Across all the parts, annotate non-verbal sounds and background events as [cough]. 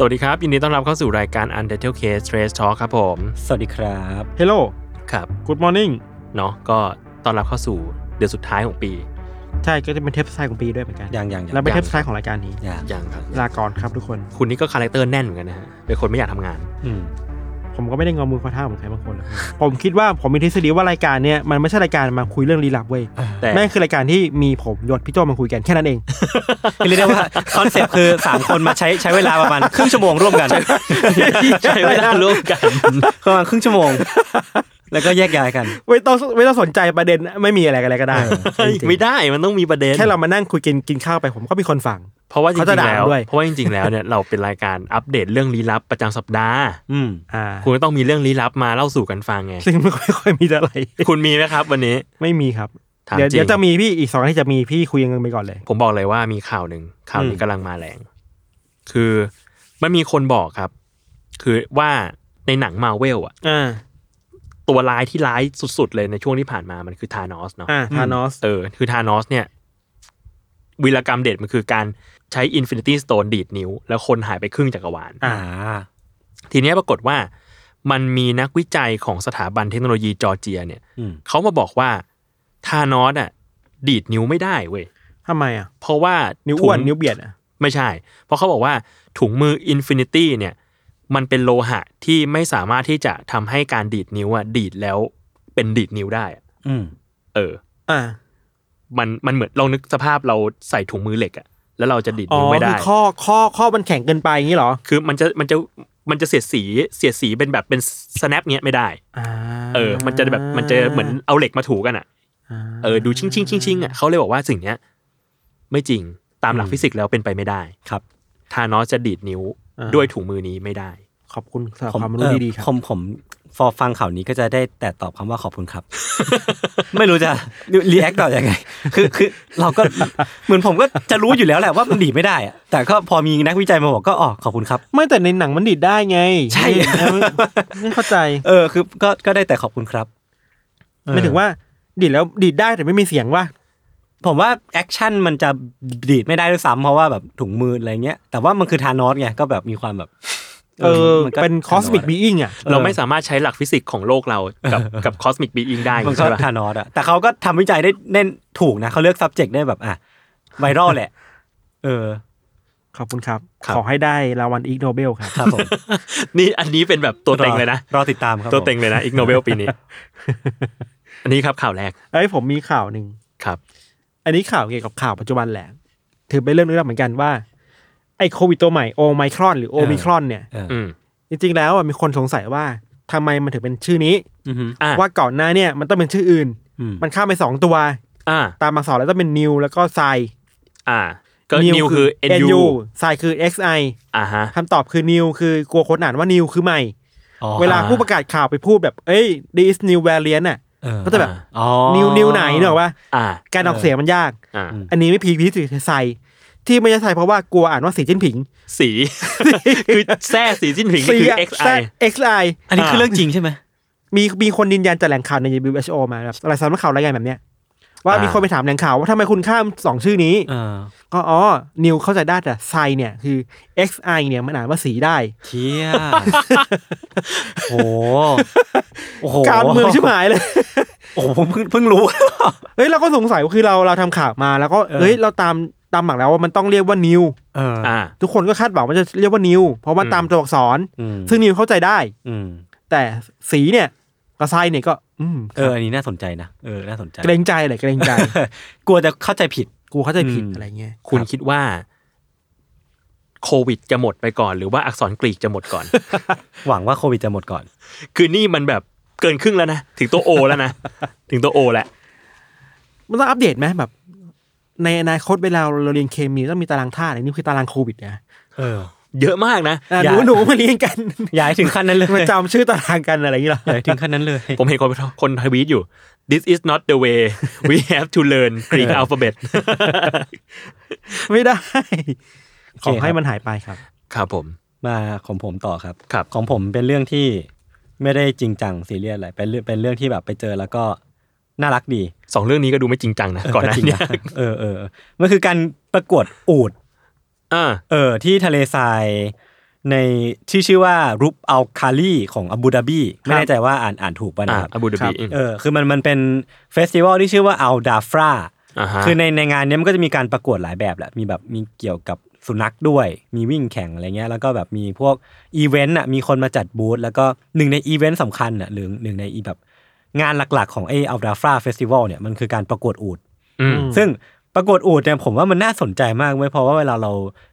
สวัสดีครับ ยินดีต้อนรับเข้าสู่รายการ Undertale Case Trace Talk ครับผม สวัสดีครับ Hello ครับ Good Morning เนาะก็ต้อนรับเข้าสู่เดือนสุดท้ายของปี ใช่ก็จะเป็นเทปสุดท้ายของปีด้วยเหมือนกัน อย่างอย่างอย่าง และเป็น ยั เท ง ปสุดท้ายของรายการนี้ อย่าง ยังครับ ลาก่อนครับทุกคน คุณนี่ก็คาแรคเตอร์แน่นเหมือนกันนะฮะ เป็นคนไม่อยากทำงาน อืม ผมก็ไม่ได้งอมือขอเท้าเหมือนใครบางคนหรอกผมคิดว่าผมมีทฤษฎีว่ารายการเนี้ยมันไม่ใช่รายการมาคุยเรื่องลี้ลับเว้ย แต่ แม่งคือรายการที่มีผมยศพี่โจมาคุยกันแค่นั้นเอง คือเรียกได้ว่า คอนเซปต์คือ 3 คนมาใช้ใช้เวลาประมาณ ครึ่งชั่วโมงร่วมกัน ใช้เวลาร่วมกัน [laughs] ประมาณครึ่งชั่วโมง แล้วก็แยกย้ายกัน ไม่ต้องไม่ต้องสนใจประเด็นไม่มีอะไรกันเลยก็ได้จริงๆ ไม่ได้มันต้องมีประเด็น แค่เรามานั่งคุยกินกินข้าวไปผมก็มีคนฟัง เพราะว่าจริ เขาจะ งๆ ด่า แล้ว ด้วย เพราะว่าจริงๆแล้วเนี่ย เราเป็นรายการอัปเดตเรื่องลี้ลับประจำสัปดาห์ อืม อ่า คุณก็ต้องมีเรื่องลี้ลับมาเล่าสู่กันฟังไง [laughs] ซึ่งไม่ค่อยมีเท่าไหร่ คุณมีไหมครับ วันนี้ ไม่มีครับ ถาม เดี๋ยว จริ เดี๋ยว ง จะมีพี่อีกสองอาที่จะมีพี่คุยกันไปก่อนเลย ผมบอกเลยว่ามีข่าวหนึ่งข่าวนี้กำลังมาแรง คือมันมีคนบอกครับ คือว่าในหนังมาเวลอะ อ่า ตัวร้ายที่ร้ายสุด ๆ เลยในช่วงที่ผ่านมามันคือธานอสเนาะ อ่าทานอส เออ คือธานอสเนี่ยวีรกรรมเด็ดมันคือการใช้อินฟินิตี้สโตนดีดนิ้ว แล้วคนหายไปครึ่งจักรวาล อ่า ทีเนี้ยปรากฏว่ามันมีนักวิจัยของสถาบันเทคโนโลยีจอร์เจีย เนี่ย อืม เขามาบอกว่าธานอสอ่ะดีดนิ้วไม่ได้เว้ย ทำไมอ่ะ เพราะว่า นิ้วอ้วน ถุง นิ้วเบียดอ่ะ ไม่ใช่ เพราะเขาบอกว่าถุงมืออินฟินิตี้เนี่ย มันเป็นโลหะที่ไม่สามารถที่จะทำให้การดีดนิ้วอ่ะดีดแล้วเป็นดีดนิ้วได้อะ อืม เออ อ่า มันมันเหมือนลองนึกสภาพเราใส่ถุงมือเหล็กอะแล้วเราจะดิด อ๋อ นิ้วไม่ คื ได้ อข้อข้อข้อมันแข็งเกินไปอย่างนี้เหรอ คือมันจะมันจะมันจะเสียดสีเสียดสีเป็นแบบเป็น snap เนี้ยไม่ได้ อ่า เออ มันจะแบบมันจะเหมือนเอาเหล็กมาถูกันอะเออดูชิงชิงชิงชิงอะเขาเลยบอกว่าสิ่งเนี้ย ไม่จริงตามหลักฟิสิกส์แล้วเป็นไปไม่ได้ ครับ ทานอสจะดีดนิ้วด้วยถุงมือนี้ไม่ได้ ขอบคุณสำหรับความรู้ เอ่อ ดีๆครับ ผมผมพอฟังข่าวนี้ก็จะได้แต่ตอบคำว่าขอบคุณ [laughs] ครับ ไม่รู้จะรีแอคต่อยังไง คือคือเราก็เหมือนผมก็จะรู้อยู่แล้วแหละว่ามันดีดไม่ได้อะแต่ก็พอมีนักวิจัยมาบอกก็อ๋อขอบคุณครับ ไม่แต่ในหนังมันดีดได้ไง ใช่ เออไม่เข้าใจ เออคือก็ก็ได้แต่ขอบคุณครับ ไม่ถึงว่าดีดแล้วดีดได้แต่ไม่มีเสียงว่ะ ผมว่าแอคชั่นมันจะดีดไม่ได้ด้วยซ้ำเพราะว่าแบบถุงมืออะไรเงี้ย แต่ว่ามันคือทานอสไงก็แบบมีความแบบ เออ มั เป็นคอส m ิกบีอิงอ่ะ เราไม่สามารถใช้หลักฟิสิกส์ของโลกเรากับ [laughs] กับคอสมิกบีอิงได้ มันก็ ใช่ปะ ทานอสอะแต่เขาก็ทำวิจัยได้เน่นถูกนะเขาเลือก subject ได้แบบอ่ะไวรัลแหละ เออ ขอบคุณครับ ขอให้ได้รางวัลอีกโนเบลครับ ครับผม นี่อันนี้เป็นแบบตัวเต็งเลยนะ รอ [laughs] ติดตามครับ ตัวเต็งเลยนะอีกโนเบล [laughs] ปีนี้ อันนี้ครับข่าวแรก เอ้ยผมมีข่าวหนึ่ง ครับ อันนี้ข่าวเกี่ยวกับข่าวปัจจุบันแหละ ถือเป็นเรื่องนึกลับเหมือนกันว่า ไอ้โควิดตัวใหม่โอไมครอนหรือโอมิครอนเนี่ย อืม จริงๆแล้วอ่ะมีคนสงสัยว่าทำไมมันถึงเป็นชื่อนี้ อือฮึ อ่ะ ว่าก่อนหน้าเนี่ยมันต้องเป็นชื่ออื่น อืม มันข้ามไปสองตัว อ่า ตามมาสอนแล้วต้องเป็นนิวแล้วก็ไซ อ่า ก็นิวคือ NU ไซคือ XI อ่าฮะ คำตอบคือนิวคือกลัวคนอ่านว่านิวคือใหม่ อ๋อ เวลาผู้ประกาศข่าวไปพูดแบบเอ้ย this new variant อ่ะ เออ ก็จะแบบ อ๋อ นิวนิวไหนเนกอะว่า อ่า การออกเสียงมันยาก อ่า อันนี้ไม่พีคพีคสุดคือไซที่ไม่ใช่ไซเพราะว่ากลัวอ่านว่าสีจิ้นผิง สี [laughs] คือแซ่สีจิ้นผิงนี่คือ XI XI อันนี้คือเรื่องจริงใช่ไหม มีมีคนยืนยันจากแหล่งข่าวใน WHO มาแบบอะไรสำนักข่าวรายงานแบบเนี้ยว่า อ่ามี มีคนไปถามแหล่งข่าวว่าทำไมคุณข้ามสองชื่อนี้ เออ ก็อ๋อ นิวเข้าใจได้แต่ไซเนี่ยคือ XI เนี่ยมันอ่านว่าสีได้ เที่ยโหโอ้โห การเมืองชิบหายเลย โอ้โหผมเพิ่งเพิ่งรู้ เฮ้ยเราก็สงสัยว่าคือเราเราทำข่าวมาแล้วก็ เออ เฮ้ยเราตามตามหมักแล้วว่ามันต้องเรียกว่านิว เออ อ่า ทุกคนก็คาดหวังว่าจะเรียกว่านิวเพราะว่าตามตัวอักษร อืม ซึ่งนิวเข้าใจได้ อืม แต่สีเนี่ย กระไซเนี่ยก็ อืม เอออันนี้น่าสนใจนะเออน่าสนใจ เกรงใจแหละเกรงใจ กลัวจะเข้าใจผิด กูเข้าใจผิด อืม อะไรเงี้ย คุณ รับ คิดว่าโควิดจะหมดไปก่อน หรือว่าอักษรกรีกจะหมด [laughs] ก่อน หวังว่าโควิดจะหมดก่อน คือนี่มันแบบเกินครึ่งแล้วนะ ถึงตัวโอแล้วนะ ถึงตัวโอแหละ มันต้องอัปเดตไหมแบบ ในอนาคตเวลาเราเรียนเคมีต้องมีตารางธาตุอันนี้คือตารางโควิดนะ เออ เยอะมากนะ อ่ะ อ ห ย่า นูหนูมาเรียนกัน [laughs] ย้ายถึงขั้นนั้นเลย [laughs] มาจำชื่อตารางกันอะไรอย่างเงี้ยหรอ ย้ายถึงขั้นนั้นเลย [laughs] ผมเห็นคนคนทวีตอยู่ this is not the way [laughs] we have to learn [laughs] Greek alphabet ไม่ได้ โอเค ขอให้ ครับ มันหายไปครับ ครับผม มาของผมต่อครับ ครับ ของผมเป็นเรื่องที่ไม่ได้จริงจังซีเรียสอะไรเป็นเรื่องเป็นเรื่องที่แบบไปเจอแล้วก็น่ารักดี สองเรื่องนี้ก็ดูไม่จริงจัง [laughs] นะ ก่อนหน้า จริง เนี้ นะเออเออเออมันคือการประกวดอูด [laughs] [laughs] อ่า เออที่ทะเลทรายในที่ชื่อว่ารูปอัลคาลีของอับูดาบีไม่แน่ใจว่าอ่านอ่านถูกป่ะ อ่า นะครับ อาบูดาบี เออคือมันมันเป็นเฟสติวัลที่ชื่อว่าอัลดาฟรา อ่าฮะ คือในในงานเนี้ยมันก็จะมีการประกวดหลายแบบแหละ มีแบบมีเกี่ยวกับสุนัขด้วย มีวิ่งแข่งอะไรเงี้ย แล้วก็แบบมีพวกอีเวนต์อ่ะ มีคนมาจัดบูธ แล้วก็หนึ่งในอีเวนต์สำคัญอ่ะหรือหนึ่งในอีแบบงานหลักๆ ของไออัลดาฟราเฟสติวัลเนี่ยมันคือการประกวดอูด อืม ซึ่งประกวดอูดเนี่ยผมว่ามันน่าสนใจมากเว้ยเพราะว่าเวลาเรา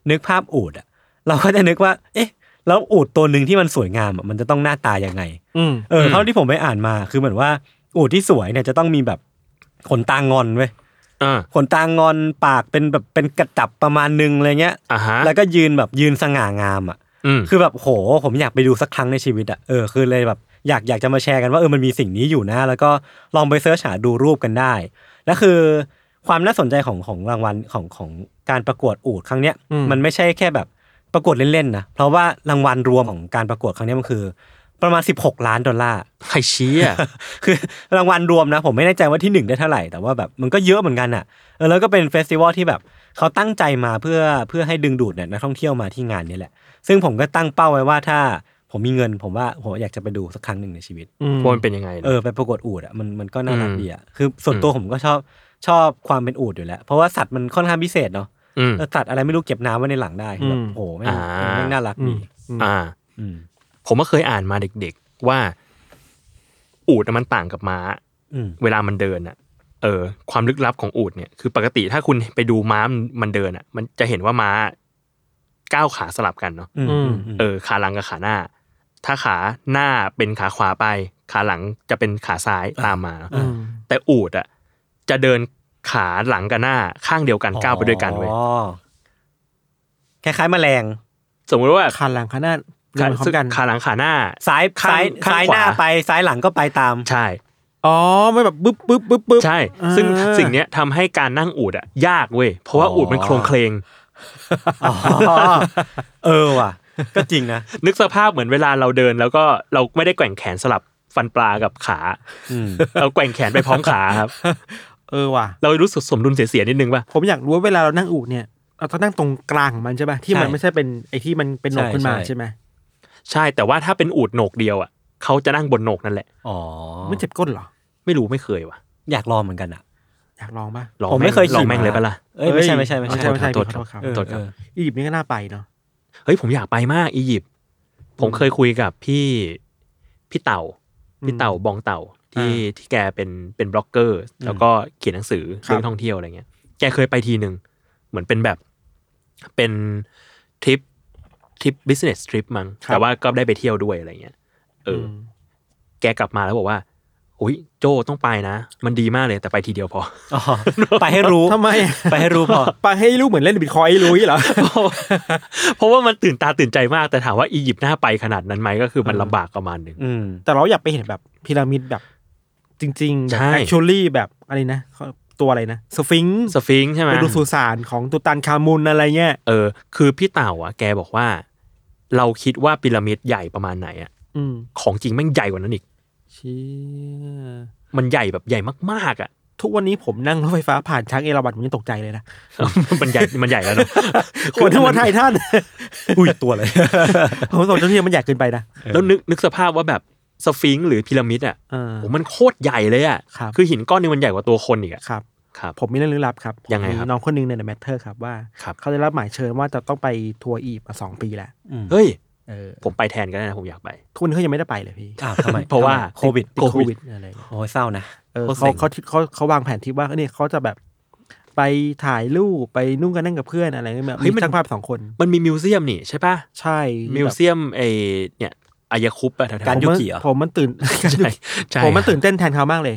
นึกภาพอูดอ่ะ เราก็จะนึกว่า เอ๊ะ แล้วอูดตัวหนึ่งที่มันสวยงามอะมันจะต้องหน้าตายังไง อืม เออ อืม เท่าที่ผมไปอ่านมาคือเหมือนว่าอูดที่สวยเนี่ยจะต้องมีแบบขนตางอนเว้ย อ่า ขนตางอนปากเป็นแบบเป็นกระจับประมาณนึงอะไรเงี้ย อ่าฮะ แล้วก็ยืนแบบยืนสง่างามอ่ะ อืม คือแบบโหผมอยากไปดูสักครั้งในชีวิตอ่ะ เออคือเลยแบบอยากอยากจะมาแชร์กันว่าเออมันมีสิ่งนี้อยู่นะ แล้วก็ลองไปเสิร์ชหาดูรูปกันได้ และคือความน่าสนใจของของรางวัลของของการประกวดอูดครั้งเนี้ย อืม มันไม่ใช่แค่แบบประกวดเล่นๆนะ เพราะว่ารางวัลรวมของการประกวดครั้งเนี้ยมันคือ ประมาณ 16 ล้านดอลลาร์ ใครเชี้ [laughs] อ่ะ คือรางวัลรวมนะ ผมไม่แน่ใจว่าที่หนึ่งได้เท่าไหร่ แต่ว่าแบบมันก็เยอะเหมือนกันอ่ะเออแล้วก็เป็นเฟสติวัลที่แบบเขาตั้งใจมาเพื่อเพื่อให้ดึงดูดเนี่ยนักท่องเที่ยวมาที่งานนี้แหละ ซึ่งผมก็ตั้งเป้าไว้ว่าถ้าผมมีเงิน ผมว่าผมอยากจะไปดูสักครั้งหนึ่งในชีวิต อืม ว่ามันเป็นยังไงนะ เออไปประกวดอูดอ่ะมันมันก็น่ารักดีอ่ะคือส่วนตัวผมก็ชอบชอบความเป็นอูดอยู่แล้ว เพราะว่าสัตว์มันค่อนข้างพิเศษเนาะ ม เออสัตว์อะไรไม่รู้เก็บน้ำไว้ในหลังได้คือแบบโอ้โหแม่ง อ่า แม่งน่ารัก อื ดี มอืม อ่า อืม ผมก็เคยอ่านมาเด็กๆว่า อูดน่ะมันต่างกับม้า อืม เวลามันเดินอ่ะ เออ ความลึกลับของอูดเนี่ย คือปกติถ้าคุณไปดูม้ามันเดินอ่ะ มันจะเห็นว่าม้าก้าวขาสลับกันเนาะ อืมอืมอืม เออ ขาหลังกับขาหน้า ถ้าขาหน้าเป็นขาขวาไป ขาหลังจะเป็นขาซ้ายตามมา อืม แต่อูดอ่ะ จะเดินขาหลังกับหน้าข้างเดียวกันก้าวไปด้วยกันเว้ย อ๋อคล้ายๆแมลง สมมติว่า คันหลังคันหน้าเดินพร้อมกัน ขาหลังขาหน้า ซ้าย ข้าง ซ้าย ข้าง ซ้าย ขวา หน้าไปซ้ายหลังก็ไปตาม ใช่ อ๋อไม่แบบปึ๊บปึ๊บปึ๊บปึ๊บ ใช่ อ่า ซึ่งสิ่งเนี้ยทำให้การนั่งอูดอ่ะ ยากเว้ย เพราะว่า อ๋ออู อูดมันโครงเคลง อ๋อเออว่ะ ก็จริงนะ นึกสภาพเหมือนเวลาเราเดิน แล้วก็เราไม่ได้แกว่งแขนสลับฟันปลากับขา อืม เราแกว่งแขนไปพร้อมขาครับ เออว่ะ เรารู้สึกสมดุลเสียๆนิดนึงป่ะ ผมอยากรู้ว่าเวลาเรานั่งอูดเนี่ยเราต้องนั่งตรงกลางของมันใช่ไหมที่มันไม่ใช่เป็นไอ้ที่มันเป็นหนกขึ้นมาใช่ไหม ใช่ แต่ว่าถ้าเป็นอูดโหนกเดียวอ่ะ เขาจะนั่งบนโหนกนั่นแหละ อ๋อ ไม่เจ็บก้นเหรอ ไม่รู้ไม่เคยว่ะ อยากลองเหมือนกันอ่ะ อยากลองปะ ลอง ผมไม่ แง เคยขี่ ลองแม่ง ม้า เลยปะล่ะ เอ้ยไม่ใช่ไม่ใช่ไม่ ไม่ ใช่ ใช่ไม่ใช่ขขอโท อ ษ โทษครับ เออ โทษครับ เออ อียิปต์นี่ก็น่าไปเนาะ เฮ้ยผมอยากไปมากอียิปต์ ผมเคยคุยกับพี่พี่เต่า พี่เต่าบองเต่าที่ที่แกเป็นเป็นบล็อกเกอร์ แล้วก็เขียนหนังสือเรื่องท่องเที่ยวอะไรเงี้ย แกเคยไปทีหนึ่งเหมือนเป็นแบบเป็นทริปทริปบิสเนสทริปมั้งแต่ว่าก็ได้ไปเที่ยวด้วยอะไรเงี้ยเอออ ม แกกลับมาแล้วบอกว่าอุ้ยโจต้องไปนะ มันดีมากเลยแต่ไปทีเดียวพอ อ๋อไปให้รู้ ทำไมอะ ไปให้รู้พอ ไปให้รู้เหมือนเล่นบิตคอยน์ให้รู้อย่างงี้เหรอ [laughs] เพราะว่ามันตื่นตาตื่นใจมากแต่ถามว่าอียิปต์น่าไปขนาดนั้นไหมก็คือมันลำบากประมาณหนึ่ง อืม [laughs] แต่เราอยากไปเห็นแบบพีระมิดแบบ จริงๆ แบบ ใช่ actually แบบอะไรนะเขาตัวอะไรนะสฟิงค์ สฟิงค์ใช่ไหม ไปดูสุสานของตุตันคามุนอะไรเงี้ย เออคือพี่เต่าอ่ะแกบอกว่า เราคิดว่าพีระมิดใหญ่ประมาณไหนอ่ะ อืม ของจริงแม่งใหญ่กว่านั้นอีก เชี่ย มันใหญ่แบบใหญ่มากๆอ่ะ [laughs] ทุกวันนี้ผมนั่งรถไฟฟ้าผ่านช้างเอราวัณผมยังตกใจเลยนะ มันใหญ่มันใหญ่แล้วเนอะ [laughs] คนทั้งวันไทยท่าน อุ้ยตัวเลย [laughs] ผมสงสัยว่ามันใหญ่เกินไปนะ แล้วนึกนึกสภาพว่าแบบสฟิงค์หรือพีระมิดอ่ะ เออ โหมันโคตรใหญ่เลยอ่ะ ครับ อหินก้อนนึงมันใหญ่กว่าตัวคนอีกอ่ะ ครับ ครับ ผมมีเรื่องลึกลับครับ ยังไงครับ มีน้องคนหนึงใน The Matter ครับว่า ครับ เขาได้รับหมายเชิญว่าจะต้องไปทัวร์อียิปต์มาสองปีแล้ว เฮ้ย เออ ผมไปแทนก็ได้นะผมอยากไป ทุกวันนเขายังไม่ได้ไปเลยพี่ อ้าวทำไม เพราะว่า โควิด ติดโควิดอะไร โอ้ยเศร้านะ เออ โคตรเซ็ เขา ง เขาเขาเขาวางแผนที่ว่าเนี่ยเขาจะแบบไปถ่ายรูปไปนุ่งกันนั่งกับเพื่อนอะไรเงี้ยแบบ เฮ้ มี ยมัน ช่างภาพสองคน มันมีมิวเซียมนี่ใช่ปะ ใช่ มิวเซียมไอเนี่ยอายาคุปอะแถวๆ การ ผม ยุ มัน กิเหรอ ผมมันตื่น ใช่ใช่ [laughs] ผมมันตื่นเต้นแทนเขามากเลย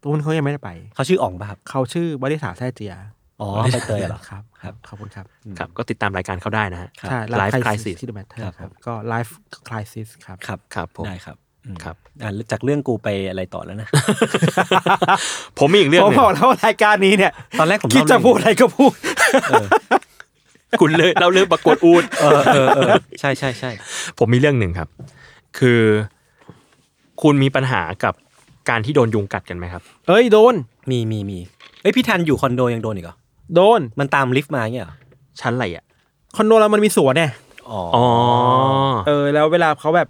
ทุกวันนเขายังไม่ได้ไป เขาชื่ออ่องป่ะครับ เขาชื่อบริษัทแท้เจีย อ๋อใบเตยเหรอ ครับ ครับ ขอบคุณครับ ครับ ก็ติดตามรายการเขาได้นะฮะ ครับ ใช่ ไลฟ์คลายสิ ที่ The Matter ครับ ครับ ก็ Life Crisis ครับ ครับ ครับผม ได้ครับอืม ครับ อ่ะจากเรื่องกูไปอะไรต่อแล้วนะ ผมมีอีกเรื่อง ผ ห ม นึง บอกแล้วว่ารายการนี้เนี่ย ตอนแรกผม คิดจะ เล่าเรื่อง พูดอะไรก็พูด คุณเลยเราเรื่องประกวดอูด เออเออเออใช่ใช่ใช่ ผมมีเรื่องหนึ่งครับ คือคุณมีปัญหากับการที่โดนยุงกัดกันไหมครับ เอ้ยโดน มีมีมีเอ้ยพี่ทันอยู่คอนโดยังโดนอีกเหรอ โดน มันตามลิฟต์มาเงี้ยเหรอ ชั้นอะไรอ่ะ คอนโดเรามันมีสวนเนี่ย อ๋อ อ๋อ เออ แล้วเวลาเขาแบบ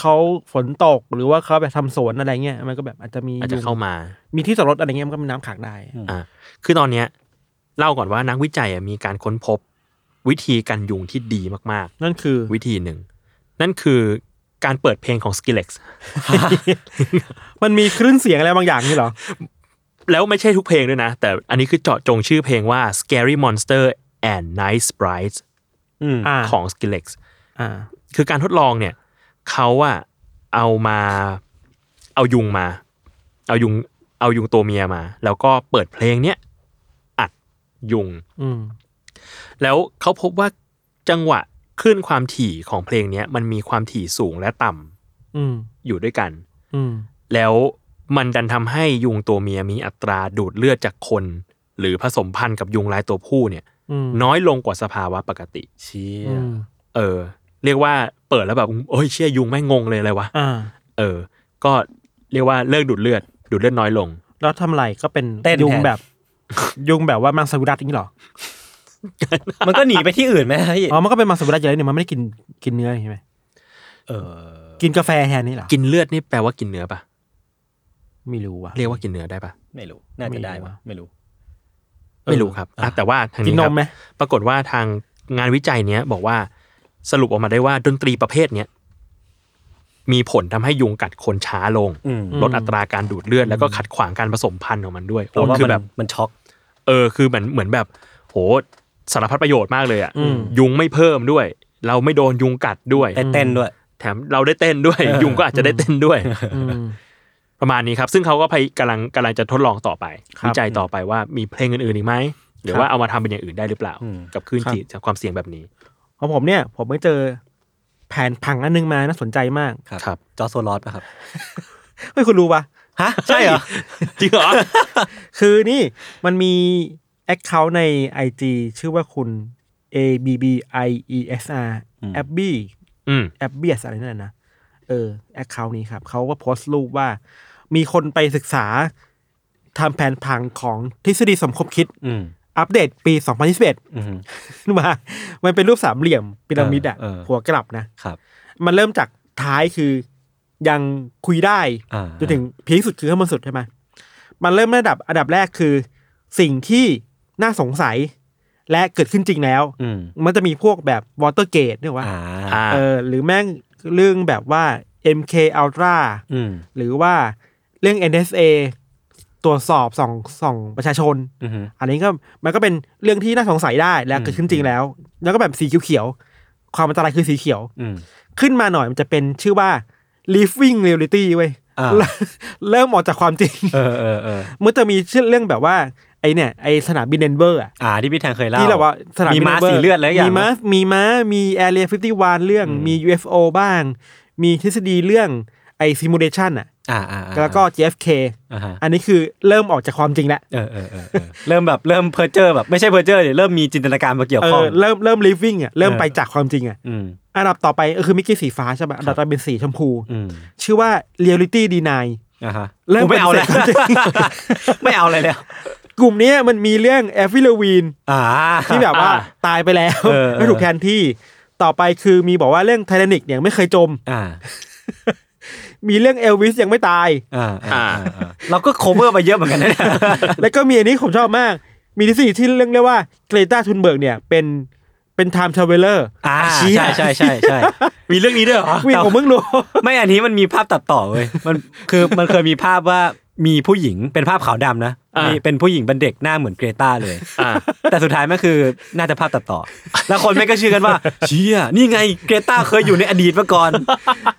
เขาฝนตกหรือว่าเขาแบบทำสวนอะไรเงี้ย มันก็แบบอาจจะมี อาจจะเข้ามา มีที่จอดรถอะไรเงี้ยมันก็มีน้ำขังได้ อ่าคือตอนเนี้ยเล่าก่อนว่านักวิจัยอะมีการค้นพบวิธีกันยุงที่ดีมาก นั่นคือ ๆ วิธีหนึ่ง นั่นคือการเปิดเพลงของ Skillex มันมีคลื่นเสียงอะไรบางอย่างนี่เหรอ แล้วไม่ใช่ทุกเพลงด้วยนะ แต่อันนี้คือเจาะจงชื่อเพลงว่า Scary Monster and Night Sprites อืม อ่า ของ Skillex อ่า คือการทดลองเนี่ยเขาอะเอามาเอายุงมา เอายุงเอายุงตัวเมียมา แล้วก็เปิดเพลงเนี้ยอัดยุง อืม แล้วเขาพบว่าจังหวะคลื่นความถี่ของเพลงเนี้ยมันมีความถี่สูงและต่ำ อืม อยู่ด้วยกัน อืม แล้วมันดันทำให้ยุงตัวเมียมีอัตราดูดเลือดจากคน หรือผสมพันธุ์กับยุงลายตัวผู้เนี่ย อืม น้อยลงกว่าสภาวะปกติ เชี่ อื ย ม เออ เรียกว่าเปิดแล้วแบบโอ้ยเชี่ยยุงแม่งงงเลยอะไรวะ อ่า เออ ก็เรียกว่าเลิกดูดเลือด ดูดเลือดน้อยลง แล้วทำไรก็เป็น เต้น ยุง แทน แบบ ยุงแบบว่ามังสวิรัตอย่างนี้เหรอ มันก็หนีไปที่อื่นไหมพี่ อ๋อ มันก็เป็นมังสวิรัตอยู่แล้วเนี่ยมันไม่ได้กินกินเนื้อใช่ไหม เออ กินกาแฟแทนนี่เหรอ กินเลือดนี่แปลว่ากินเนื้อปะ ไม่รู้ว่ะ เรียกว่ากินเนื้อได้ปะ ไม่รู้ น่าจะได้ ไม่รู้ ปะ อะ ไม่รู้ ไม่รู้ครับอ่ะแต่ว่าทาง กิน นี้ น คมรับ ไหม ปรากฏว่าทางงานวิจัยเนี้ยบอกว่าสรุปออกมาได้ว่าดนตรีประเภทเนี้ยมีผลทำให้ยุงกัดคนช้าลง อืม ลดอัตราการดูดเลือด แล้วก็ขัดขวางการผสมพันธุ์ของมันด้วย เพราะ โอ้ ว่า คือ มัน แบบ มันช็อก เออคือเหมือนเหมือนแบบโหสารพัดประโยชน์มากเลยอ่ะ อืม ยุงไม่เพิ่มด้วย เราไม่โดนยุงกัดด้วย ได้เต้นด้วย แถมเราได้เต้นด้วย เออ ยุงก็อาจจะได้เต้นด้วย อืม ประมาณนี้ครับ ซึ่งเขาก็พยกำลังกำลังจะทดลองต่อไป ครับ วิจัยต่อไปว่ามีเพลงอื่นๆอีกไหม หรือว่าเอามาทำเป็นอย่างอื่นได้หรือเปล่า อืม กับคลื่น ครับ จีจากความเสี่ยงแบบนี้ ของผมเนี่ย ผมไปเจอ แผนผังอันนึงมาน่าสนใจมาก ครับ ครับ จอร์จโซลอสป่ะครับ เฮ้ยคุณรู้ปะ ฮะ ใช่เหรอ จริงเหรอ คือนี่มันมีแอคเคาท์ใน IG ชื่อว่าคุณ A B B I E S R อืม แอบบี้ อืม แอบเบียสอะไรนั่นแหละนะ เออแอคเคาท์นี้ครับ เขาก็โพสต์รูปว่า มีคนไปศึกษาทำแผนผังของทฤษฎีสมคบคิด อืม อัปเดตปี 2021 อืม มา มันเป็นรูปสามเหลี่ยมพีระมิดอะ เออเออ หัวกลับนะ ครับ มันเริ่มจากท้ายคือยังคุยได้ อ่า จนถึงพีคสุดคือข้างบนสุดใช่ไหมมันเริ่มระดับอันดับแรกคือ สิ่งที่น่าสงสัยและเกิดขึ้นจริงแล้ว อืม มันจะมีพวกแบบวอเตอร์เกตเนี่ยว่า อ่า อ่า เออหรือแม่งเรื่องแบบว่า MK Ultra อืม หรือว่าเรื่อง NSA ตรวจสอบส่องส่องประชาชน อืม อันนี้ก็มันก็เป็นเรื่องที่น่าสงสัยได้และเกิดขึ้นจริงแล้ว แล้วก็แบบสีเขียวๆความอันตรายคือสีเขียว อืม ขึ้นมาหน่อยมันจะเป็นชื่อว่า living reality เว้ย อ่า เริ่มเริ่มออกจากความจริง [laughs] เออเออเออ มันจะมีชื่อเรื่องแบบว่าไอเนี่ยไอสนามบินเดนเวอร์อะ อ่าที่พี่แทนเคยเล่า ที่เราว่าสนามบิน มีม้า ดนวร์ สีเลือดอะไรอย่าง มีม้ามีม้ามี area 51 เรื่องมี UFO บ้าง มีทฤษฎีเรื่องไอ simulation อะ อ่าอ่าอ่า แล้วก็ JFK อ่าฮะ อันนี้คือเริ่มออกจากความจริงแล้ว เออเออเออเออเริ่มแบบเริ่มเพอร์เจอร์แบบไม่ใช่เพอร์เจอร์เดี๋ยวเริ่มมีจินตนาการมาเกี่ยว เอ ข้อง อเริ่มเริ่ม living อะเริ่ม เออ ไปจากความจริงอะ อืม อันดับต่อไปก็คือมิกกี้สีฟ้าใช่ไหมอันดับต่อไปเป็นสีชมพู อืม ชื่อว่า reality deny อ่าฮะ เริ่ม กูไม่เอาแล้ว ปฏิเสธ [laughs] ไม่เอาเลยแล้ว กลุ่มเนี้ยมันมีเรื่องแอฟริลวีน อ่า ที่แบบว่า อ่า ตายไปแล้ว เออเออ ไม่ถูกแทนที่ต่อไปคือมีบอกว่าเรื่องไททานิกเนี่ยไม่เคยจม อ่า มีเรื่องเอลวิสยังไม่ตาย [laughs] อ่าอ่าอ่าอ่าเราก็โคเวอร์มาเยอะเหมือนกันนะเนี่ย แล้วก็มีอันนี้ผมชอบมาก มีทฤษฎีที่เรื่องเรียกว่าเกรตาทุนเบิร์กเนี่ยเป็น เป็น time traveler อ่าใช่ใช่ใช่ใช่ มีเรื่องนี้ด้วยเหรอ วิ่งผมเพิ่งรู้ [laughs] ไม่อันนี้มันมีภาพตัดต่อเว้ยมันคือมันเคยมีภาพว่ามีผู้หญิงเป็นภาพขาวดำนะ อ่ามี ีเป็นผู้หญิงเป็นเด็กหน้าเหมือนเกรตาเลย อ่า แต่สุดท้ายมันคือน่าจะภาพตัดต่อ แล้วคนไม่งก็เชื่อกันว่า เชี่ยนี่ไงเกรตาเคยอยู่ในอดีตมาก่อน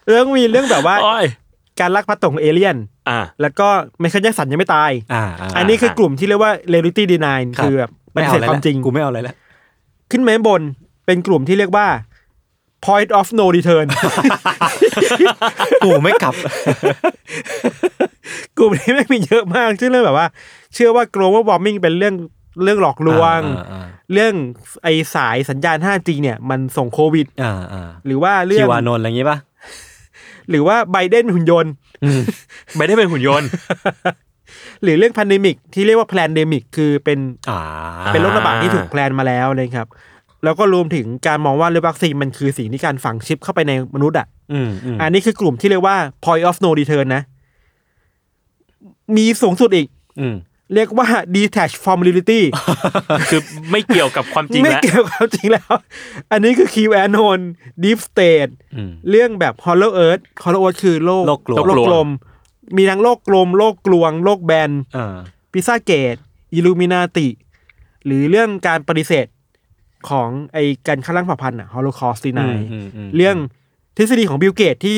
เรื่องมีเรื่องแบบว่า โอ้ย การลักพาตของเอเลี่ยน อ่า แล้วก็ไมเคิลแจ็คสันยังไม่ตาย อ่า อั อั นนี้คือกลุ่มที่เรียกว่า reality deny ครับ คือแบบป ไม่ ฏิ เอา เสธ อะไร ควา แล้ ม ว จริง กูไม่เอาอะไรแล้ว ขึ้นมาข้างบนเป็นกลุ่มที่เรียกว่า point of no return [laughs] กูไม่กลับ กลุ่มนี้ไม่งมีเยอะมากชื่อเรื่องแบบว่า เชื่อว่า global warming เป็นเรื่องเรื่องหลอกลวง อ่า เรื่องไอสายสัญญาณ 5G เนี่ยมันส่งโควิด อ่าอ่าอ่า หรือว่าเรื่ คิ อง วานนท์อะไรอย่างงี้ป่ะ หรือว่าไบเดนหุ่นยนต์ ไม่ได้เป็นหุ่นย [laughs] นต์ หรือเรื่องพันเดมิกที่เรียกว่าแพลนเดมิกคือเป็น อ่า เป็นโรคระบาดที่ถูกแพลนมาแล้วนะครับ แล้วก็รวมถึงการมองว่าเรื่องวัคซีนมันคือสิ่งที่การฝังชิปเข้าไปในมนุษย์อ่ะ อืมอืม อันนี้คือกลุ่มที่เรียกว่า point of no return นะ มีสูงสุดอีก อืม เรียกว่า detach from reality คือไม่เกี่ยวกับความจริง ไม่ แล้ว เกี่ยวกับจริงแล้ว อันนี้คือ QAnon deep state อืม เรื่องแบบ hollow earth hollow earth คือโลก โลกกลม โลกกลม มีทั้งโลกกลม โลกกลวง โลกแบน อ่า พิซซ่าเกตอิลูมินาติ หรือเรื่องการปฏิเสธของไอการฆ่าล้างเผ่าพันธุ์อะฮอโลคอสตีนาย อืมอืม เรื่องทฤษฎีของบิลเกตที่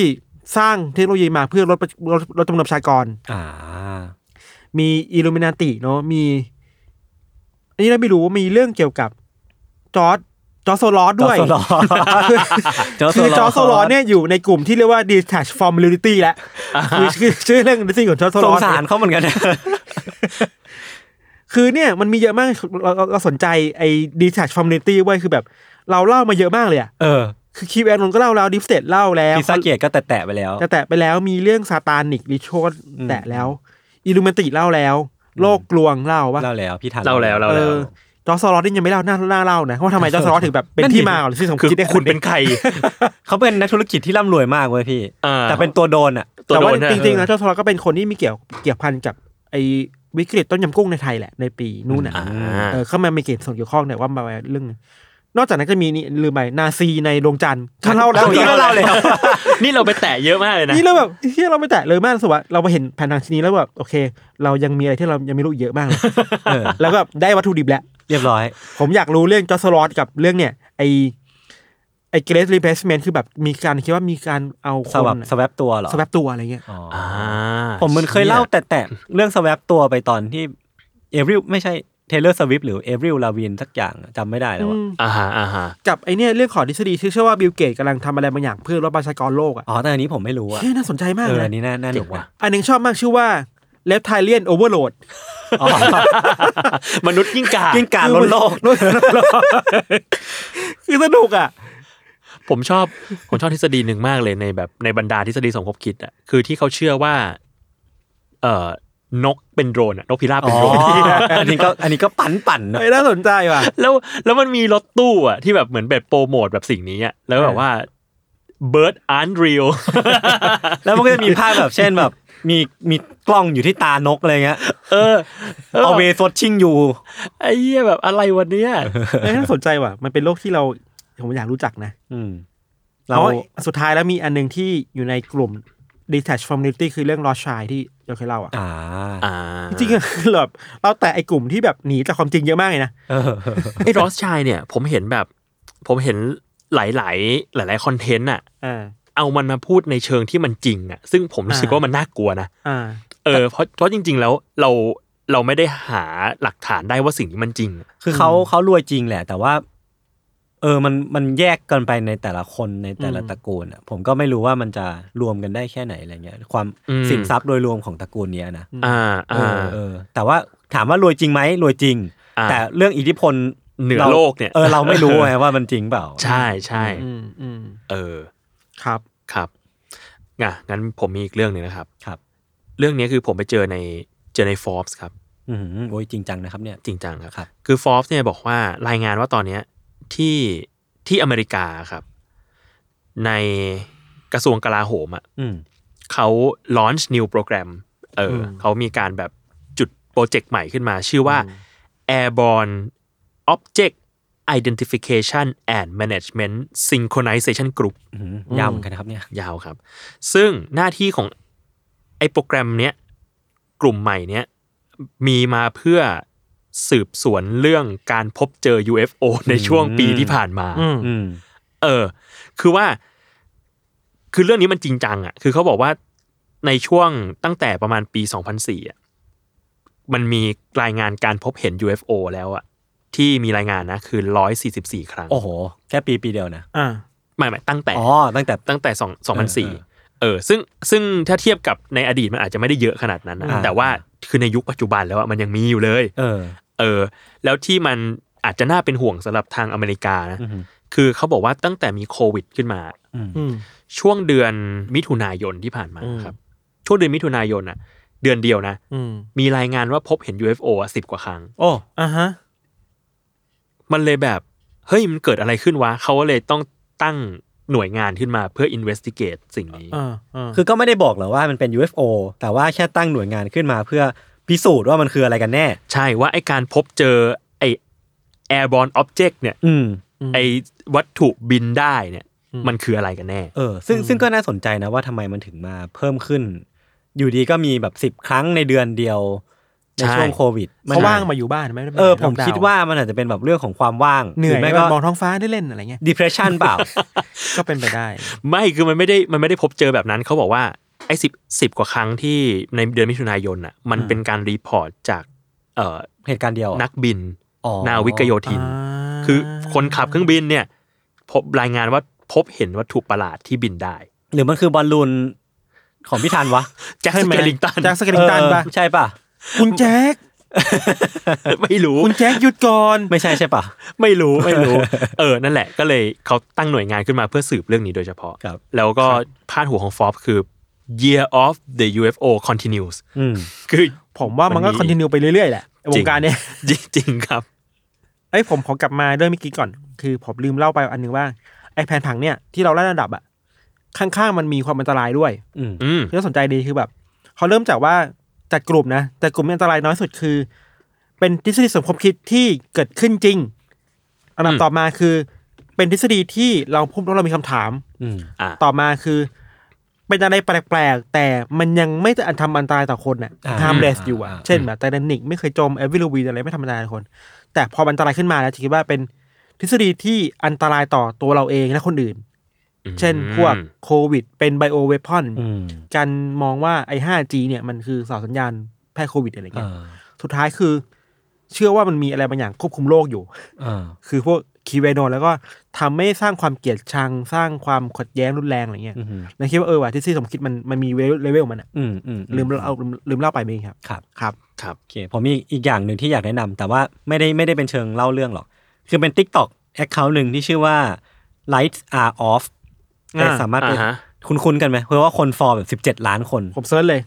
สร้างเทคโนโลยีมาเพื่อลดประลดลดจำนวนประชากร อ่า มีอิลูมินาติเนาะมี อันนี้เราไม่รู้ว่ามีเรื่องเกี่ยวกับจอร์ดจอร์ดโซลอสด้วย จอร์จโซลอสจอร์จโซลอส คือจอร์ดโซลอสเนี่ยอยู่ในกลุ่มที่เรียกว่า detached from reality แล้วคือคือชื่อเรื่องดิสของจอร์ดโซล ส อง ส สารเขาเหมือนกันนะ คือเนี่ยมันมีเยอะมากเราเราเราสนใจไอ้ดีแทชฟอร์มเนตี้ไว้ยคือแบบ เราเล่ามาเยอะมากเลยอะ เออ คือคิวแอนนนท์ก็เล่าแล้วดิฟสเตดเล่าแล้ว พิซซ่าเกตก็แตะๆไปแล้ว จะแตะไปแล้วมีเรื่องซาตานิกริโชด อืม แตะแล้วอิลูเมนติเล่าแล้ว โลกกลวงเล่าว่า เล่าแล้วพี่ทัน เราแล้วเรา เอ แล้ว อจอร์จซอลอสนี่ยังไม่เล่าน่าน่าเล่านะว่าทำไมจอร์จซอลอสถึงแบบเป็น นั่นดิ ที่มาของที่สม คือ คิดได้ คุณเป็นใคร เขาเป็นนักธุรกิจที่ร่ำรวยมากเว้ยพี่ อ่า แต่เป็นตัวโดนอ่ะ ตัว แต่ โด ว่าน น่ะ จริงๆนะจอร์จซอลอสก็เป็นคนที่มีเกี่ยวเกี่ยวพันกับไอ้วิกฤตต้นยำกุ้งในไทยแหละในปีนู้นน่ะ อ่า เออเข้ามามีเกณฑ์ส่วนเกี่ยวข้องเนี่ยว่ามาเรื่อง นอกจากนั้นก็มีนี่ลืมไปนาซีในดวงจั [laughs] นทร์ก็เล่าแล้ว เอาอีกแล้วเล่าเลย [laughs] นี่เราไปแตะเยอะมากเลยนะ นี่เราแบบเฮียเราไม่แตะเลยมากรู้สุดว่าเราไปเห็นแผนทางชนนี้แล้วแบบโอเค เรายังมีอะไรที่เรายังไม่รู้อีกเยอะมากเลย เออ แล้วก็ได้วัตถุดิบแล้ว เรียบร้อย ผมอยากรู้เรื่องจอสลอตกับเรื่องเนี่ย ไอไอเกรสรีเพสเมนคือแบบมีการคิดว่ามีการเอาค ส น วับสวับตัวเหรอ สวับตัวอะไรเงี้ย อ๋อ อ่า ผมมันเคยเล่าแต่แต่เรื่องสวับตัวไปตอนที่เอริลไม่ใช่เทเลอร์สวิฟหรือเอริลลาวินสักอย่างอะจำไม่ได้แล้วอะ อืม อ่าฮะอ่าฮะ กับไอเนี่ยเรื่องของทฤษฎีที่เชื่อว่าบิลเกตกำลังทำอะไรบางอย่างเพื่อลดประชากรโลกอ่ะ อ๋อแต่อันนี้ผมไม่รู้อ่ะ เฮ้ยน่าสนใจมาก เอ เล อย อัน นะ นี้น่าน่าห เจ๋ นุ ง ก ว่ะ ว่ะ อันหนึงชอบมากชื่อว่าเลฟไทเลียนโอเวอร์โหลด อ๋อ มนุษย์ยิ่งกา กิ้งก่าล้นโลก คือสนุกอ่ะ ผมชอบผมชอบทฤษฎีหนึ่งมากเลยในแบบในบรรดาทฤษฎีสมคบคิดอ่ะคือที่เขาเชื่อว่า เอ่อนกเป็นโดรนอะนกพิราบ อ๋ เป็ อน โดรน อันนี้ก็อันนี้ก็ปั่นปั่นๆเนอะ เอ้ยน่าสนใจว่ะ [laughs] แล้วแล้วมันมีรถตู้อ่ะที่แบบเหมือนแบบโปรโมทแบบสิ่งนี้อ่ะแล้วแบบว่า bird aren't real [laughs] แล้วมันก็จะมีภาพแบบเช่นแบบ [laughs] มีมีกล้องอยู่ที่ตานกอะไรเงี้ย เออ เอาเวสดชิงอยู่ ไอ้เหี้ยแบบอะไรวันเนี้ย เอ้ยน่าสนใจว่ะ มันเป็นโลกที่เราผมอยากรู้จักนะ อืม เพ เรา ราะสุดท้ายแล้วมีอันหนึ่งที่อยู่ในกลุ่ม detached from reality คือเรื่องลอชายที่เราเคยเล่าอ่ะ อ่า อ่า จริงๆอะคือแบบเราแต่ไอ้กลุ่มที่แบบหนีจากความจริงเยอะมากเลยนะ เออ ไอ้รอสชายเนี่ย ผมเห็นแบบ ผมเห็นหลาย ๆ หลาย ๆ คอนเทนต์อ่ะ อ่า เอามันมาพูดในเชิงที่มันจริงอ่ะ ซึ่งผมรู้สึก อ่า ว่ามันน่ากลัวนะ อ่า เออเพราะเพราะจริง ๆ แล้วเราเราไม่ได้หาหลักฐานได้ว่าสิ่งนี้มันจริงอะ คือเขาเขารวยจริงแหละ แต่ว่า เออมันมันแยกกันไปในแต่ละคนในแต่ละ อืม ตระกูลอะผมก็ไม่รู้ว่ามันจะรวมกันได้แค่ไหนอะไรเงี้ย ความสินทรัพย์โดยรวมของตระกูลเนี้ยนะ อ่า เอ อ่า อเออ แต่ว่าถามว่ารวยจริงไหมรวยจริง อ่า แต่เรื่องอิทธิพล เหนือ รา โลกเนี่ย เออเราไม่รู้ไงว่ามันจริงเปล่า ใช่ใช่ อืมอืม เออ ครับ ครับงะงั้นผมมีอีกเรื่องหนึ่งนะครับ ครับ เรื่องนี้คือผมไปเจอในเจอใน Forbes ครับ อือหือโอ้ยจริงจังนะครับเนี่ย จริงจังครับ ครับ คือ Forbes เนี่ยบอกว่ารายงานว่าตอนเนี้ยที่ที่อเมริกาครับ ในกระทรวงกลาโหมอ่ะ อืม เขา launch new program เอออ ม เขามีการแบบจุดโปรเจกต์ใหม่ขึ้นมา ชื่อว่า Airborne Object Identification and Management Synchronization Group อื้อหือยาวเหมือนกันนะครับเนี่ย ยาวครับ ซึ่งหน้าที่ของไอ้โปรแกรมเนี้ยกลุ่มใหม่เนี้ยมีมาเพื่อสืบสวนเรื่องการพบเจอ UFO ในช่วงปีที่ผ่านมา อืม อืม เออ คือว่า คือเรื่องนี้มันจริงจังอะ่ะ คือเขาบอกว่าในช่วงตั้งแต่ประมาณปี 2004อ่ะ มันมีรายงานการพบเห็น UFO แล้วอะ่ะ ที่มีรายงานนะคือ 144 ครั้ง โอ้โห แค่ปีปีเดียวนะ อ่า ไม่ไม่ตั้งแต่ อ๋อ ตั้งแต่ ตั้งแต่สองสองพันสี่ เออ เออ ซึ่งซึ่งถ้าเทียบกับในอดีตมันอาจจะไม่ได้เยอะขนาดนั้นนะ อ่า แต่ว่าคือในยุคปัจจุบันแล้วอะมันยังมีอยู่เลย เออ เออ แล้วที่มันอาจจะน่าเป็นห่วงสำหรับทางอเมริกานะ อือฮึ คือเขาบอกว่าตั้งแต่มีโควิดขึ้นมา อืม ช่วงเดือนมิถุนายนที่ผ่านมา อืม ครับ ช่วงเดือนมิถุนายนอะเดือนเดียวนะ อืม มีรายงานว่าพบเห็น UFO สิบกว่าครั้ง โอ้ อ่าฮะ มันเลยแบบ เฮ้ยมันเกิดอะไรขึ้นวะเขาก็เลยต้องตั้งหน่วยงานขึ้นมาเพื่อ investigate สิ่งนี้ อ่าอ่า คือก็ไม่ได้บอกหรอกว่ามันเป็น UFO แต่ว่าแค่ตั้งหน่วยงานขึ้นมาเพื่อพิสูจน์ว่ามันคืออะไรกันแน่ ใช่ว่าไอการพบเจอไอ airborne object เนี่ย อืม ไอวัตถุบินได้เนี่ย มันคืออะไรกันแน่ เออ ซึ่งซึ่งก็น่าสนใจนะว่าทำไมมันถึงมาเพิ่มขึ้น อยู่ดีก็มีแบบสิบ10 ครั้งในเดือนเดียว ใน ใช่ ช่วงโควิด เขาว่างมาอยู่บ้านไหมได้ไปไหน เออ ผม ล็ก คิดว่ามันอาจจะเป็นแบบเรื่องของความว่าง เหนื่อย รืไม่ ก็ ก็ มองท้องฟ้าได้เล่นอะไรเงี้ย depression [laughs] เปล่า ก็เป็นไปได้ ไม่คือมันไม่ได้มันไม่ได้พบเจอแบบนั้นเขาบอกว่าไอ้สิบสิบกว่าครั้งที่ในเดือนมิถุนายนอ่ะมันเป็นการรีพอร์ตจากเอ่อ เหตุการณ์เดียวอะ นักบิน อ๋อ นาวิกโยธิน อ่า คือคนขับเครื่องบินเนี่ย พบรายงานว่าพบเห็นวัตถุประหลาดที่บินได้ หรือมันคือบอลลูนของพี่ธันวะ แจ็ค ใช่ ส ไหม เกลิงตัน แจ็คส [laughs] เกลิงตันปะ เออใช่ป่ะ คุณแจ็ค [laughs] ไม่รู้ คุณแจ็คหยุดก่อน ไม่ใช่ใช่ป่ะ ไม่ [laughs] รู้ไม่รู้ เออ นั่นแหละ ก็เลยเขาตั้งหน่วยงานขึ้นมาเพื่อสืบเรื่องนี้โดยเฉพาะ ครับ แล้วก็พาดหัวของฟอ b คือ Year of the UFO continues อืม คือ ผมว่ามันก็คมันมีอนติเนียไปเรื่อยๆแหละวงการเนี้ย จริงๆครับ เอ้ยผมขอกลับมาเรื่องเมื่อกี้ก่อน คือผมลืมเล่าไปอันหนึงว่าไอ้แผนผังเนี่ยที่เราไล่ระดับอะข้างๆมันมีความอันตรายด้วย อืม อืม ที่น่าสนใจดีคือแบบเขาเริ่มจากว่าจัดกลุ่มนะแต่กลุ่มที่อันตรายน้อยสุดคือ เป็นทฤษฎีสมคบคิดที่เกิดขึ้นจริงอันดับ อืม ต่อมาคือ เป็นทฤษฎีที่เราพูดแล้วเรามีคำถาม อืม อ่ะ ต่อมาคือ เป็นอะไรแปลกๆ แต่มันยังไม่อันทำอันตรายต่อคนอ่ะ อ่า ทำเลสอยู่อ่ะ อ่า เช่นแบบไทแทนิกไม่เคยจมเอวิลวีอะไรไม่ทำอันตรายต่อคน แต่พอมันอันตรายขึ้นมาแล้วจะคิดว่าเป็นทฤษฎีที่อันตรายต่อตัวเราเองและคนอื่น เช่นพวกโควิด เป็นไบโอเวพอน อืม การมองว่าไอ้ 5G เนี่ยมันคือสาวสัญญาณแพร่โควิดอะไรเงี้ยอ่า สุดท้ายคือ เชื่อว่ามันมีอะไรบางอย่างควบคุมโลกอยู่ อ่า คือพวกคีเวโนแล้วก็ทำให้สร้างความเกลียดชัง สร้างความขัดแย้งรุนแรงอะไรเงี้ย อืม นายคิดว่าเออว่ะทฤษฎีสมคิดมันมันมีเลเวลมันอะ อืมอืม ลืมเอาลืมลืมเล่าไปเองครับ ครับ ครับ ครับ โอเคผมมีอีกอย่างหนึ่งที่อยากแนะนำแต่ว่าไม่ได้ไม่ได้เป็นเชิงเล่าเรื่องหรอก คือเป็น Tik t o k Account หนึ่งที่ชื่อว่า lights are off อ่า แต่สามารถไป อ่าฮะ คุ้นคุ้นๆกันไหมเพราะว่าคนฟอลแบบ 17 ล้านคน ผมเซิร์ชเลย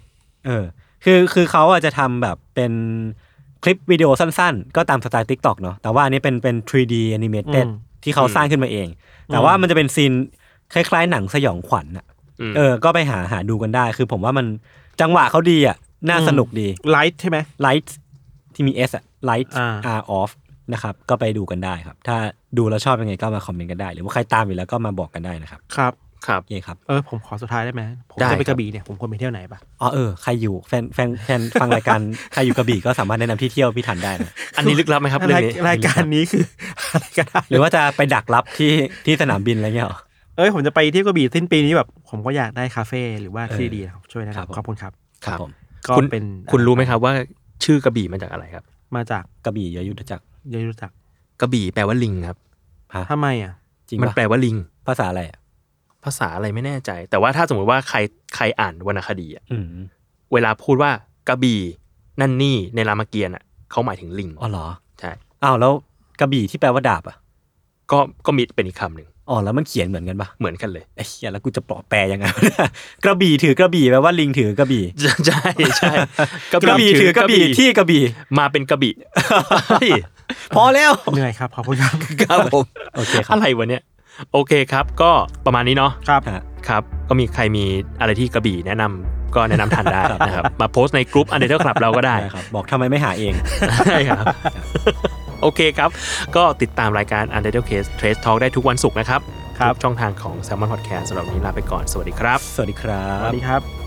เออ คือคือเขาอาจจะทำแบบเป็นคลิปวิดีโอสั้นๆ ก็ตามสไตล์ Tik t o k เนาะแต่ว่าอันนี้เป็นเป็น 3D animated ที่เขาสร้างขึ้นมาเอง แต่ว่ามันจะเป็นซีนคล้ายๆ หนังสยองขวัญอะ ม เออ ก็ไปหาหาดูกันได้ คือผมว่ามันจังหวะเขาดีอะน่าสนุกดี ไลท์ใช่ไหม light ที่มี S อะ light อ่า are off นะครับ ก็ไปดูกันได้ครับ ถ้าดูแล้วชอบยังไงก็มาคอมเมนต์กันได้ หรือว่าใครตามอยู่แล้วก็มาบอกกันได้นะครับ ครับ ครับ โอเคครับ เออผมขอสุดท้ายได้ไหมผม ได้ครั จะ บ ไปกระบี่เนี่ยผมควรไปเที่ยวไหนปะ อ๋อเออ ใครอยู่แฟนแฟนแฟนฟังรายการ [laughs] ใครอยู่กระบี่ก็สามารถแนะนำที่เที่ยวพี่ถันได้นะ อันนี้ลึกลับไหมครับเรื่อ ราย งนี้ รายการนี้คือ [laughs] อะไรก็ได้ หรือว่าจะไปดักรับที่ที่สนามบินอะไรเงี้ยหรอ เอ้ยผมจะไปเที่ยวกระบี่สิ้นปีนี้แบบ ผมก็อยากได้คาเฟ่หรือว่าที่ดีๆนะครับช่วยนะค ครั รับผบม ขอบคุณครับ ครับผม ก็ คุณ เป็น คุณรู้ไหมครับว่าชื่อกระบี่มาจากอะไรครับ มาจาก กระบี่อยายุทธจักร เยอรจักร กระบี่แปลว่าลิงครับ ฮะ ทำไมอ่ะ จริง มัน ปะ แปลว่าลิง ภาษาอะไรอะ ภาษาอะไรไม่แน่ใจ แต่ว่าถ้าสมมติว่าใครใครอ่านวรรณคดีอะ อืม เวลาพูดว่ากระบี่นั่นนี่ในรามเกียรติ์อะเขาหมายถึงลิง อ๋อเหรอ ใช่ อ้าวแล้วกระบี่ที่แปลว่าดาบอ่ะ ก็ก็มีเป็นอีกคำหนึ่ง อ๋อแล้วมันเขียนเหมือนกันปะ เหมือนกันเลย ไอ้เหี้ยแล้วกูจะปลอบแปลยังไง กระบี่ถือกระบี่แปลว่าลิงถือกระบี่ ใช่ใช่ใช่ [laughs] กระบี่ถือกระบี่ที่กระบี่ มาเป็นกระ [laughs] บี่เฮ้ย พอแล้ว เหนื่อยครับขอบคุณครับ ครับผม โอเคครั อะ บ ไรวะเนี่ยโอเคครับ ก็ประมาณนี้เนาะ ครับ ฮะ ครับ ก็มีใครมีอะไรที่กระบี่แนะนำก็แนะนำทันได้ [laughs] นะครับ มาโพสต์ในกลุ่มอันเดอร์คลับเราก็ได้ ได้ครับ บอกทำไมไม่หาเอง ใช่ครับ โอเคครับ ก็ติดตามรายการ u n d e r t a l e Case Trace Talk ได้ทุกวันศุกร์นะครับ ครับ ทุกช่องทางของ s ซ l m o n Podcast สำหรับวันนี้ลาไปก่อน สวัสดีครับ สวัสดีครั สวั บ สดีครับ